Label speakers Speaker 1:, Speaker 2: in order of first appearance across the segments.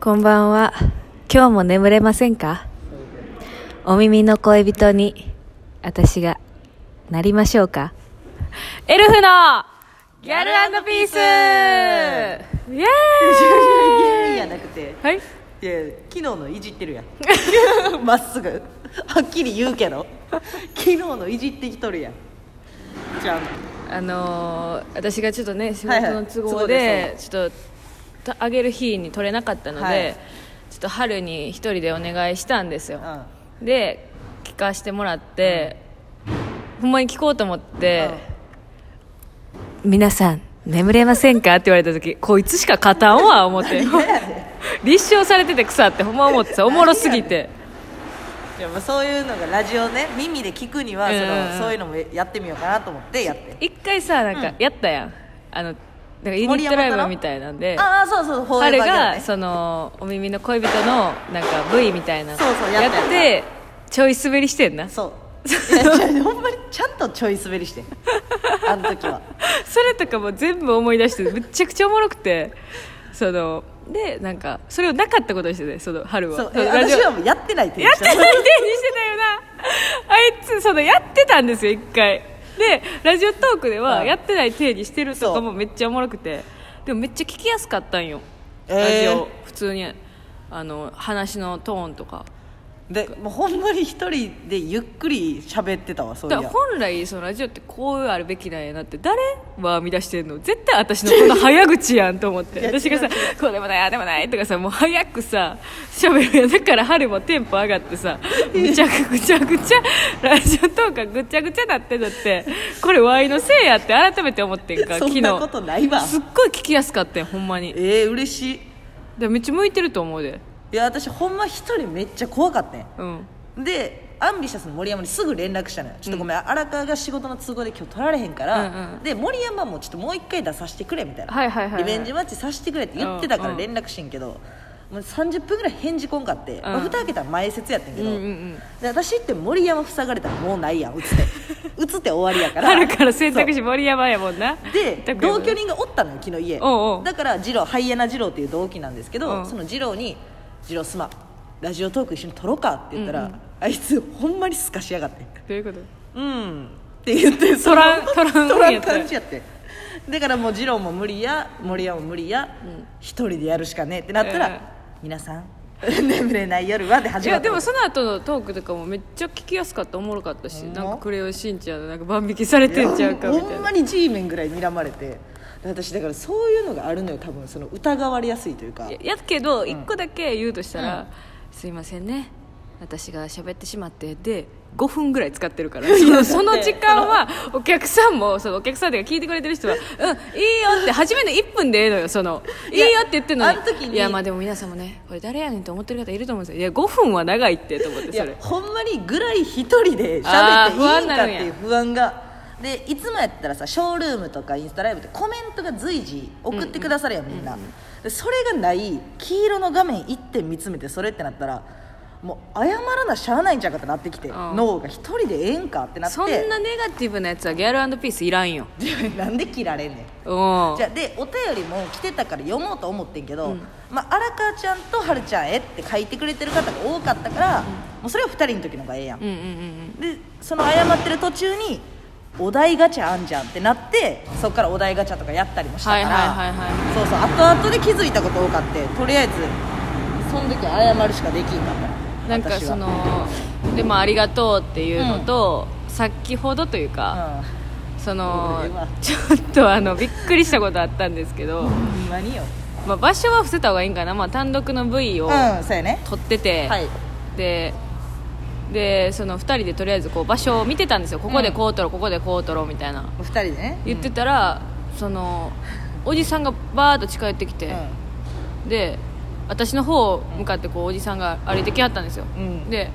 Speaker 1: こんばんは。今日も眠れませんかお耳の恋人に、私が、なりましょうかエルフの、ギャルピースイエーイ
Speaker 2: いやなくて
Speaker 1: はい
Speaker 2: いや昨日のいじってるやん まっすぐはっきり言うけど昨日のいじってきとるやんじゃ
Speaker 1: あのー私がちょっとね、仕
Speaker 2: はい
Speaker 1: 事
Speaker 2: はい
Speaker 1: の都合
Speaker 2: 都合
Speaker 1: で、
Speaker 2: で
Speaker 1: ちょっと、たあげる日に取れなかったので、
Speaker 2: はい
Speaker 1: ちょっと春に一人でお願いしたんですよ。
Speaker 2: あ、
Speaker 1: で聞かしてもらって、ほんまに聞こうと思って「皆さん眠れませんか?」って言われた時こいつしか勝たんわ思って 立証されてて草ってほんま思ってさおもろすぎて
Speaker 2: うん、じゃあまあそういうのがラジオね耳で聞くにはそ
Speaker 1: うんうん
Speaker 2: のそういうのもやってみようかなと思ってやって
Speaker 1: 一回さなんかやったやん、あのなんかユニ
Speaker 2: 森
Speaker 1: ット
Speaker 2: 山
Speaker 1: ライ
Speaker 2: かな
Speaker 1: ブみたいなんで
Speaker 2: ああそうそうフォー
Speaker 1: 彼
Speaker 2: エバーギャル
Speaker 1: が
Speaker 2: ね
Speaker 1: そのお耳の恋人のなんか V みたいなの
Speaker 2: そうそうやったやった
Speaker 1: ってちょい滑りしてんな
Speaker 2: そういや違うほんまにちゃんとちょい滑りしてあの時は
Speaker 1: それとかも全部思い出してむっちゃくちゃおもろくてそのでなんかそれをなかったことにしてねその春は
Speaker 2: そう
Speaker 1: の
Speaker 2: え
Speaker 1: ラジ
Speaker 2: 私
Speaker 1: オ
Speaker 2: はもうやってないって言
Speaker 1: やってない
Speaker 2: て
Speaker 1: 手にしてたよなあいつそのやってたんですよ一回でラジオトークでは
Speaker 2: うん
Speaker 1: やってない手にしてると
Speaker 2: そ
Speaker 1: か
Speaker 2: う
Speaker 1: もめっちゃおもろくてでもめっちゃ聞きやすかったんよ、
Speaker 2: えー
Speaker 1: ラジオ普通にあの話のトーンとか
Speaker 2: でもうほんまに一人でゆっくり喋ってたわそうい
Speaker 1: だ
Speaker 2: や
Speaker 1: から本来そのラジオってこうあるべきなんやなって誰は見出してんの絶対私のこの早口やんと思っ
Speaker 2: い
Speaker 1: て
Speaker 2: や
Speaker 1: 私がさこうでもないああでもないとかさもう早くさ喋るやんだから春もテンポ上がって さぐちゃぐちゃぐちゃラジオトークがぐちゃぐちゃなってんのってこれワイのせいやって改めて思ってんか
Speaker 2: そ
Speaker 1: 昨
Speaker 2: ん
Speaker 1: 日
Speaker 2: なことないわ
Speaker 1: すっごい聞きやすかったよほんまにだか
Speaker 2: えー、嬉しい
Speaker 1: らめっちゃ向いてると思うで
Speaker 2: いや私ほんま一人めっちゃ怖かったんや
Speaker 1: うん
Speaker 2: でアンビシャスの森山にすぐ連絡したのよちょっとごめん、荒川が仕事の都合で今日取られへんから、
Speaker 1: うんうん
Speaker 2: で森山もちょっともう一回出させてくれみたいな、
Speaker 1: はいはいはいはい
Speaker 2: リベンジマッチさせてくれって言ってたから連絡しんけど、もう30分ぐらい返事こんかって、まあ、蓋開けたら前説やってんけど、
Speaker 1: うんうんうん
Speaker 2: で私って森山塞がれたらもうないやん打つて打つて終わりや から
Speaker 1: 春から選択
Speaker 2: そう
Speaker 1: 肢森山やもんな
Speaker 2: で
Speaker 1: 全くやも
Speaker 2: 同
Speaker 1: ん
Speaker 2: 居人がおったのよ昨日家
Speaker 1: おうおう
Speaker 2: だから二郎ハイエナ二郎っていう同期なんですけど、
Speaker 1: うん
Speaker 2: その二郎に「二郎すまんラジオトーク一緒に撮ろうか」って言ったら、あいつほんまにすかしやがって
Speaker 1: どういうこと
Speaker 2: 「うん」って言ってその
Speaker 1: らん撮らん
Speaker 2: 撮ら
Speaker 1: や
Speaker 2: ん
Speaker 1: った
Speaker 2: 感じやってだからもう二郎も無理や森山も無理や一、人でやるしかねえってなったら
Speaker 1: う
Speaker 2: 「
Speaker 1: ん
Speaker 2: 皆さん 眠れない夜は」で
Speaker 1: い
Speaker 2: 始ま
Speaker 1: や
Speaker 2: った
Speaker 1: でも
Speaker 2: の
Speaker 1: その後のトークとかもめっちゃ聞きやすかったおもろかったし「
Speaker 2: ほんま
Speaker 1: なんかクレヨンしんちゃん」のなんか万引きされてんちゃうかみた
Speaker 2: ほ
Speaker 1: い
Speaker 2: ん
Speaker 1: な
Speaker 2: まに G メンぐらい睨まれて私だからそういうのがあるのよ多分その疑われやすいというか
Speaker 1: いややけど一個だけ言うとしたら「すいませんね私が喋ってしまって」で5分ぐらい使ってるからそのその時間はお客さんもそのお客さんというか聞いてくれてる人は「うんいいよ」って初めの1分でええのよその「いい
Speaker 2: や
Speaker 1: よ」って言ってんのに
Speaker 2: あの時に
Speaker 1: いやまあでも皆さんもねこれ誰やねんと思ってる方いると思うんですよいや5分は長いってと思って
Speaker 2: い
Speaker 1: そ
Speaker 2: や
Speaker 1: れ
Speaker 2: ほんまにぐらい一人で
Speaker 1: あ
Speaker 2: 喋
Speaker 1: ー
Speaker 2: ってい
Speaker 1: 不安
Speaker 2: いん
Speaker 1: な
Speaker 2: かっ
Speaker 1: るんや
Speaker 2: ていう不安がでいつもやったらさショールームとかインスタライブってコメントが随時送ってくださるやんみんな、でそれがない黄色の画面1点見つめてそれってなったらもう謝らなしゃあないんちゃうかってなってきて、
Speaker 1: ん
Speaker 2: 脳が一人でええんかってなって
Speaker 1: そんなネガティブなやつはギャルピースいらんよ
Speaker 2: なんで切られんねん
Speaker 1: うん
Speaker 2: じゃあでお便りも来てたから読もうと思ってんけど、まあ、荒川ちゃんとはるちゃんへって書いてくれてる方が多かったから、もうそれは2人の時の方がええやん、
Speaker 1: うんうんうん
Speaker 2: でその謝ってる途中にお題ガチャあんじゃんってなってそっからお題ガチャとかやったりもしたから、
Speaker 1: はいはいはいは
Speaker 2: そうそう後々で気づいたこと多かってとりあえずその時は謝るしかできんかった
Speaker 1: なんか
Speaker 2: 私は
Speaker 1: そのでもありがとうっていうのと、先ほどというか、
Speaker 2: う
Speaker 1: その
Speaker 2: 俺は
Speaker 1: ちょっとあのびっくりしたことあったんですけど、
Speaker 2: んほんまによ
Speaker 1: まあ、場所は伏せた方がいいんかな、まあ、単独の V
Speaker 2: う
Speaker 1: を
Speaker 2: んそうやね
Speaker 1: 撮ってて、
Speaker 2: はい
Speaker 1: ででその2人でとりあえずこう場所を見てたんですよここでこう撮ろう、ここでこう撮ろうみたいな
Speaker 2: 2人でね
Speaker 1: 言ってたら、そのおじさんがバーッと近寄ってきて、で私の方向かってこうおじさんが歩いてきはったんですよ、
Speaker 2: うん
Speaker 1: で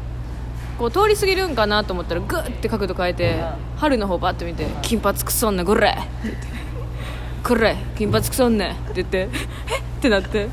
Speaker 1: こう通り過ぎるんかなと思ったらグッて角度変えて、
Speaker 2: う
Speaker 1: 春の方バッて見て「金髪くそんなこれ!」って言って「これ金髪くそんね」って言って「えっ?」てなって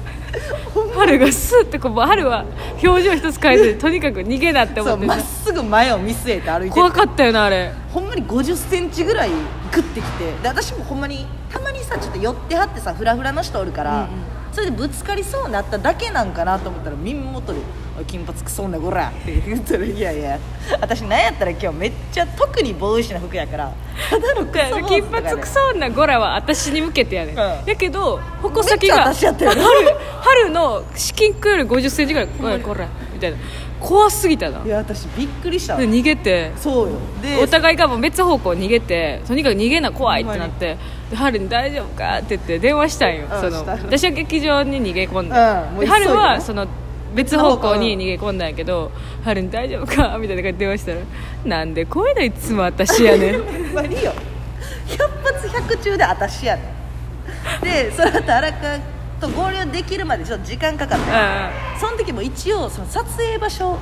Speaker 1: 春がスッてこう春は表情一つ変えずとにかく逃げなって
Speaker 2: うん、
Speaker 1: 思っ
Speaker 2: そう
Speaker 1: て
Speaker 2: ま
Speaker 1: た
Speaker 2: っすぐ前を見据えて歩いて
Speaker 1: 怖かったよなあれ
Speaker 2: ほんまに5 0ンチぐらいグッてきてで私もほんまにたまにさちょっと寄ってはってさフラフラの人おるから、それでぶつかりそうになっただけなんかなと思ったら耳元で「おい金髪くそんなこら」って言ったら「いやいや私なんやったら今日めっちゃ特にボーイッシュな服やからただのクソ坊主
Speaker 1: 金
Speaker 2: とかで
Speaker 1: 髪くそんなゴラは私に向けてやねん、
Speaker 2: うん
Speaker 1: やけど矛先
Speaker 2: めっちゃ
Speaker 1: が
Speaker 2: 私やったよね
Speaker 1: 春春の至近距離5 0ンチぐらい「おいこら」みたいな怖すぎたないで
Speaker 2: や私びっくりしたわ
Speaker 1: 逃げて
Speaker 2: そうよで
Speaker 1: お互いがもう別方向逃げてとにかく逃げな怖いってなってで春に「大丈夫か?」って言って電話したんよ、
Speaker 2: うん
Speaker 1: その
Speaker 2: した
Speaker 1: 私は劇場に逃げ込んで,、
Speaker 2: うんもう急いで
Speaker 1: で
Speaker 2: ね
Speaker 1: 春はその別方向に逃げ込んだんやけど「春に大丈夫か?」みたいな感じで電話したら「なんで声のいつも私や ねん」
Speaker 2: ほんまによ100発100中で私やねんでその後荒川と合流できるまでちょっと時間かかっ
Speaker 1: う
Speaker 2: た
Speaker 1: ん
Speaker 2: その時も一応その撮影場所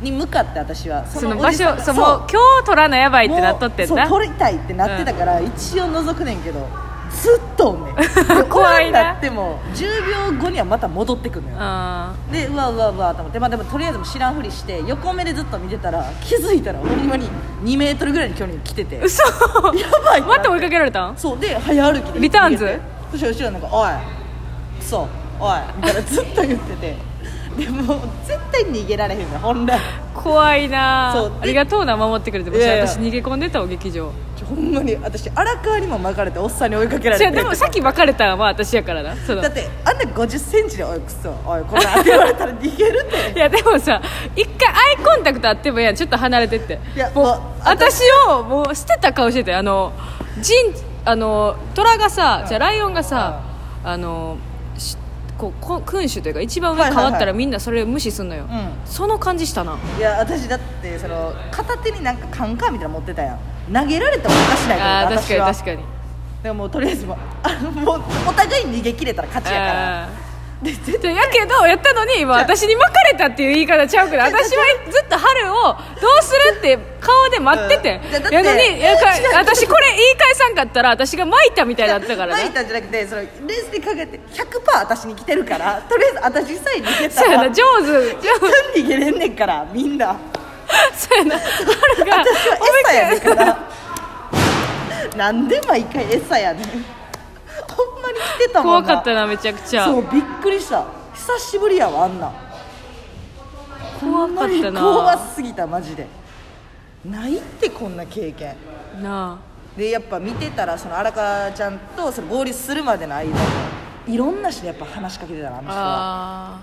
Speaker 2: に向かって私は
Speaker 1: その
Speaker 2: お
Speaker 1: 場
Speaker 2: じさん
Speaker 1: 所
Speaker 2: が
Speaker 1: そうもう今日撮らなやばいって
Speaker 2: もう
Speaker 1: なっとってん
Speaker 2: そう
Speaker 1: な
Speaker 2: 撮りたいってなってたから、一応覗くねんけどずっとお んねんで
Speaker 1: 怖いな
Speaker 2: 終わりにっても10秒後にはまた戻ってくるのよ
Speaker 1: あ
Speaker 2: でうわうわうわと思って、まあ、でもとりあえずも知らんふりして横目でずっと見てたら気づいたらほんまに2メートルぐらいの距離に来ててや
Speaker 1: ー嘘
Speaker 2: ばいってな
Speaker 1: 待
Speaker 2: って
Speaker 1: って追いかけられたん
Speaker 2: そうで早歩きで
Speaker 1: リターンズ
Speaker 2: 逃げてそしたら後ろなんか「おいクソおい」みたいなずっと言ってて でもう絶対逃げられへんのよ本来
Speaker 1: 怖いな
Speaker 2: そう
Speaker 1: ありがとうな守ってくれてもし
Speaker 2: いやいや
Speaker 1: 私逃げ込んでたお劇場
Speaker 2: ちょほんまに私荒川にも巻かれておっさんに追いかけられ
Speaker 1: じゃ
Speaker 2: て
Speaker 1: あでもさっき別れたんは私やからなその
Speaker 2: だってあんな5 0ンチで「おいクソおいこれ」って言われたら逃げるって
Speaker 1: いやでもさ一回アイコンタクトあってもいいやんちょっと離れてって
Speaker 2: いや
Speaker 1: もう
Speaker 2: まあ
Speaker 1: 私をもう捨てた顔しててあのジンあの虎がさじゃあライオンがさあのしこうこ君主というか一番上
Speaker 2: はい
Speaker 1: 変
Speaker 2: はいは
Speaker 1: わ
Speaker 2: い
Speaker 1: ったらみんなそれ無視すんのよ、
Speaker 2: ん
Speaker 1: その感じしたない
Speaker 2: や私だってその片手になんかカンカンみたいなの持ってたやん投げられてもおかしないから
Speaker 1: あー確
Speaker 2: 私
Speaker 1: かに
Speaker 2: は
Speaker 1: 確かに
Speaker 2: でももうとりあえずもうあもうお互い逃げ切れたら勝ちやから
Speaker 1: あ
Speaker 2: で絶
Speaker 1: ーでやけどやったのに今
Speaker 2: じゃあ
Speaker 1: 私に巻かれたっていう言い方ちゃうけど
Speaker 2: じゃあ
Speaker 1: 私はずっと春をどうするって顔で待ってて
Speaker 2: うんじゃあだって
Speaker 1: やのにいや
Speaker 2: 違う違う
Speaker 1: か私これ言い返さんかったら私が巻いたみたいになったから
Speaker 2: 巻い
Speaker 1: ね
Speaker 2: たんじゃなくて その冷静に考えて100%私に来てるからとりあえず私さえ逃げた
Speaker 1: そうや
Speaker 2: ら
Speaker 1: な上手
Speaker 2: 絶対逃げれんねんからみんな
Speaker 1: そうや な春が
Speaker 2: 私は餌やねんからなんで毎回餌やねんほんまに来てたも
Speaker 1: 怖
Speaker 2: ん
Speaker 1: かったなめちゃくちゃ
Speaker 2: そうびっくりした久しぶりやわあんなん
Speaker 1: 怖かったな
Speaker 2: 怖すぎたマジでないってこんな経験
Speaker 1: な
Speaker 2: でやっぱ見てたらその荒川ちゃんとその合流するまでの間もいろんな人にやっぱ話しかけてたなあの
Speaker 1: あ
Speaker 2: 人は
Speaker 1: あ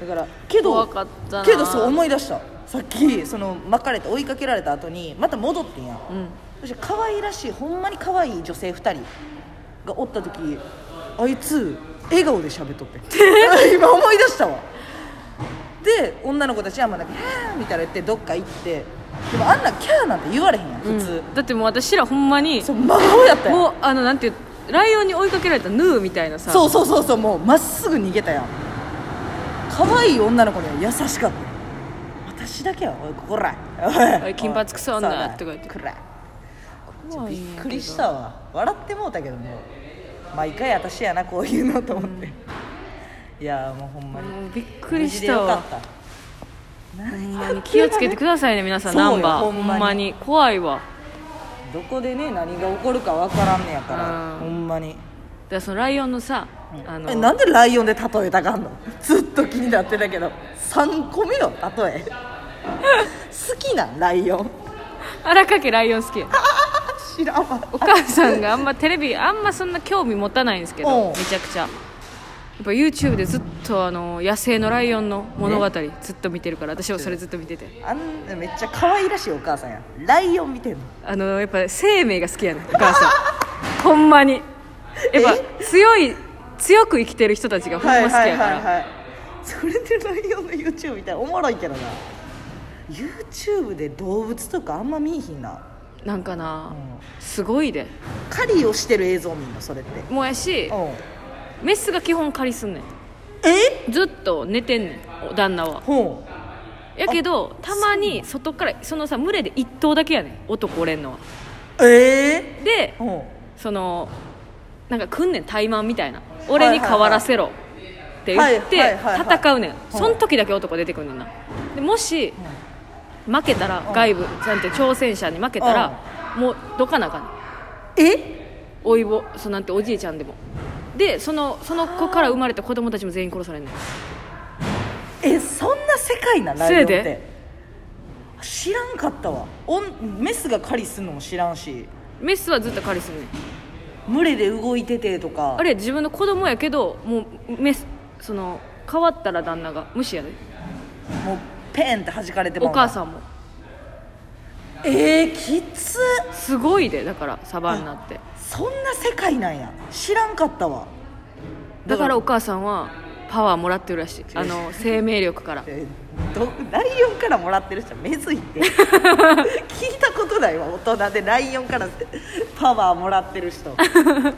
Speaker 2: だからけど
Speaker 1: 怖かったな
Speaker 2: けどそう思い出したさっきその巻かれて追いかけられた後にまた戻ってんやん
Speaker 1: ーうん
Speaker 2: そして可愛らしいほんまに可愛い女性2人がおった時あいつ笑顔で喋っとって 今思い出したわで女の子たちはまあなんか「キャー」みたいな言ってどっか行ってでもあんな「キャー」なんて言われへんやん普通、
Speaker 1: だってもう私らほんまに
Speaker 2: そう真顔やったやん
Speaker 1: もうあのなんていうライオンに追いかけられたヌーみたいなさ
Speaker 2: そうそうそうそうもうまっすぐ逃げたやん可愛い女の子には優しかった私だけは「おいこら
Speaker 1: おい金髪くそ女とか言って
Speaker 2: くら
Speaker 1: 怖い
Speaker 2: びっ
Speaker 1: んやけど
Speaker 2: くりしたわ笑ってもうたけども毎回私やなこういうのと思って、いやーもうほんまに
Speaker 1: もうびっく
Speaker 2: 無
Speaker 1: り
Speaker 2: 事
Speaker 1: し
Speaker 2: で
Speaker 1: た
Speaker 2: よか
Speaker 1: わ
Speaker 2: った
Speaker 1: ほんまに気をつけてくださいね皆さん
Speaker 2: そう
Speaker 1: ナ
Speaker 2: よ
Speaker 1: ンバー
Speaker 2: ほ
Speaker 1: ほ
Speaker 2: んまに
Speaker 1: んまに怖いわ
Speaker 2: どこでね何が起こるかわからんねやから、
Speaker 1: うん
Speaker 2: ほんまに
Speaker 1: だからそのライオンのさあ
Speaker 2: え
Speaker 1: の
Speaker 2: なんでライオンで例えたかんのずっと気になってたけど3個目の例え好きなんライオン
Speaker 1: 荒かけライオン好きや
Speaker 2: 知らんわ
Speaker 1: お母さんがあんまテレビあんまそんな興味持たないんですけ
Speaker 2: お
Speaker 1: ど
Speaker 2: う
Speaker 1: めちゃくちゃやっぱ YouTube でずっとあの野生のライオンの物語ずっと見てるから私はそれずっと見てて
Speaker 2: あんめっちゃ可愛らしいお母さんやライオン見てんの
Speaker 1: あのやっぱ生命が好きやねんお母 さんほんまにやっぱ強い強く生きてる人たちがほんま好きやから、
Speaker 2: はいはいはいはい、それでライオンの YouTube みたいなおもろいけどな YouTube で動物とかあんま見いひんな、
Speaker 1: なんかな
Speaker 2: うん
Speaker 1: すごいで
Speaker 2: 狩りをしてる映像見んのそれって
Speaker 1: もうやし
Speaker 2: うん
Speaker 1: メスが基本借りすんねん
Speaker 2: え
Speaker 1: ずっと寝てんねんお旦那は
Speaker 2: ほ
Speaker 1: やけどたまに外からそのさ群れで一頭だけやねん男おれんのは
Speaker 2: うえ
Speaker 1: で
Speaker 2: ー、ほ
Speaker 1: そのなんか訓練怠慢みたいな俺に代わらせろって言っ
Speaker 2: はい
Speaker 1: て
Speaker 2: はいはい
Speaker 1: 戦うねんその時だけ男出てくんねんなでもし負けたら外部なんて挑戦者に負けたらもうどかなあかんねん
Speaker 2: うえ
Speaker 1: おいぼそなんておじいちゃんでもでそのその子から生まれた子供たちも全員殺されんねん
Speaker 2: えそんな世界なライオンっ
Speaker 1: せや
Speaker 2: て
Speaker 1: で
Speaker 2: 知らんかったわおんメスが狩りすんのも知らんし
Speaker 1: メスはずっと狩りすんねん
Speaker 2: 群れで動いててとか
Speaker 1: あれ自分の子供やけどもうメスその変わったら旦那が無視やで
Speaker 2: もうペンって弾かれて
Speaker 1: お母
Speaker 2: ん
Speaker 1: さんも
Speaker 2: えー、きつ
Speaker 1: すごいでだからサバンナって
Speaker 2: そんな世界なんや知らんかったわ
Speaker 1: だからお母さんはパワーもらってるらしいあの生命力から
Speaker 2: えーどライオンからもらってる人はめずいっ て聞いたことないわ大人でライオンからパワーもらってる人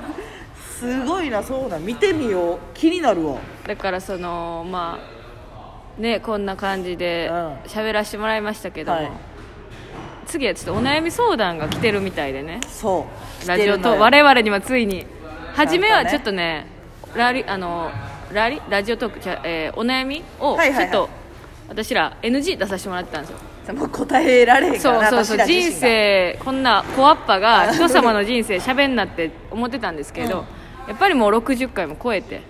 Speaker 2: すごいなそうなん見てみよう気になるわ
Speaker 1: だからそのまあねこんな感じで
Speaker 2: うん
Speaker 1: 喋らせてもらいましたけども、
Speaker 2: はい
Speaker 1: 次はちょっとお悩み相談が来てるみたいでね
Speaker 2: そう
Speaker 1: ラジオと
Speaker 2: 我
Speaker 1: 我々にはついに初めは
Speaker 2: なんかね
Speaker 1: ちょっとねラリあのラリラジオトークじゃ、えーお悩みを
Speaker 2: はいはい
Speaker 1: ち
Speaker 2: は
Speaker 1: ょっと
Speaker 2: い
Speaker 1: 私ら NG 出させてもらってたんですよ、
Speaker 2: もう答えられへんからな
Speaker 1: そうそうそう
Speaker 2: 私ら自
Speaker 1: 人
Speaker 2: 身が
Speaker 1: 生こんな小アッパが人様の人生しゃべんなって思ってたんですけど、やっぱりもう60回も超えて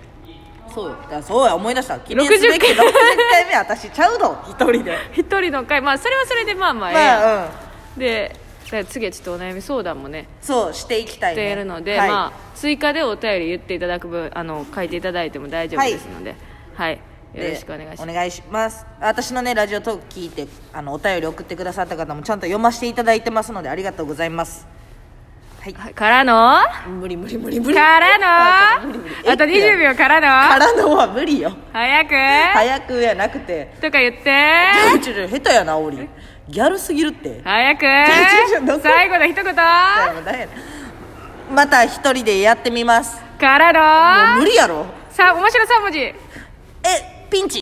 Speaker 2: そうよだからそうや思い出した記念すべき60
Speaker 1: 60
Speaker 2: 回目私ちゃ うの一人で
Speaker 1: 一人の回まあそれはそれでまあまあええやん、
Speaker 2: まあうん
Speaker 1: でだから次はちょっとお悩み相談もね
Speaker 2: そうしていきたい、
Speaker 1: し
Speaker 2: ね、
Speaker 1: ているので、
Speaker 2: はい
Speaker 1: まあ、追加でお便り言っていただく分あの書いていただいても大丈夫ですので、はいよろしくお願いします
Speaker 2: でお願いします私のねラジオトーク聞いてあのお便り送ってくださった方もちゃんと読ませていただいてますのでありがとうございますはい
Speaker 1: はいからの
Speaker 2: 無理無理無理無理
Speaker 1: からのあと20秒から
Speaker 2: か
Speaker 1: の
Speaker 2: らのは無理よ
Speaker 1: 早く
Speaker 2: 早くやなくて
Speaker 1: とか言って
Speaker 2: ちょちょ下手やなおりギャルすぎるって
Speaker 1: 早く
Speaker 2: ちょちょどこ
Speaker 1: 最後の一言か
Speaker 2: 誰やねんまた一人でやってみますも
Speaker 1: ら
Speaker 2: う
Speaker 1: の
Speaker 2: 無理やろ
Speaker 1: さ面白3文字
Speaker 2: えピンチ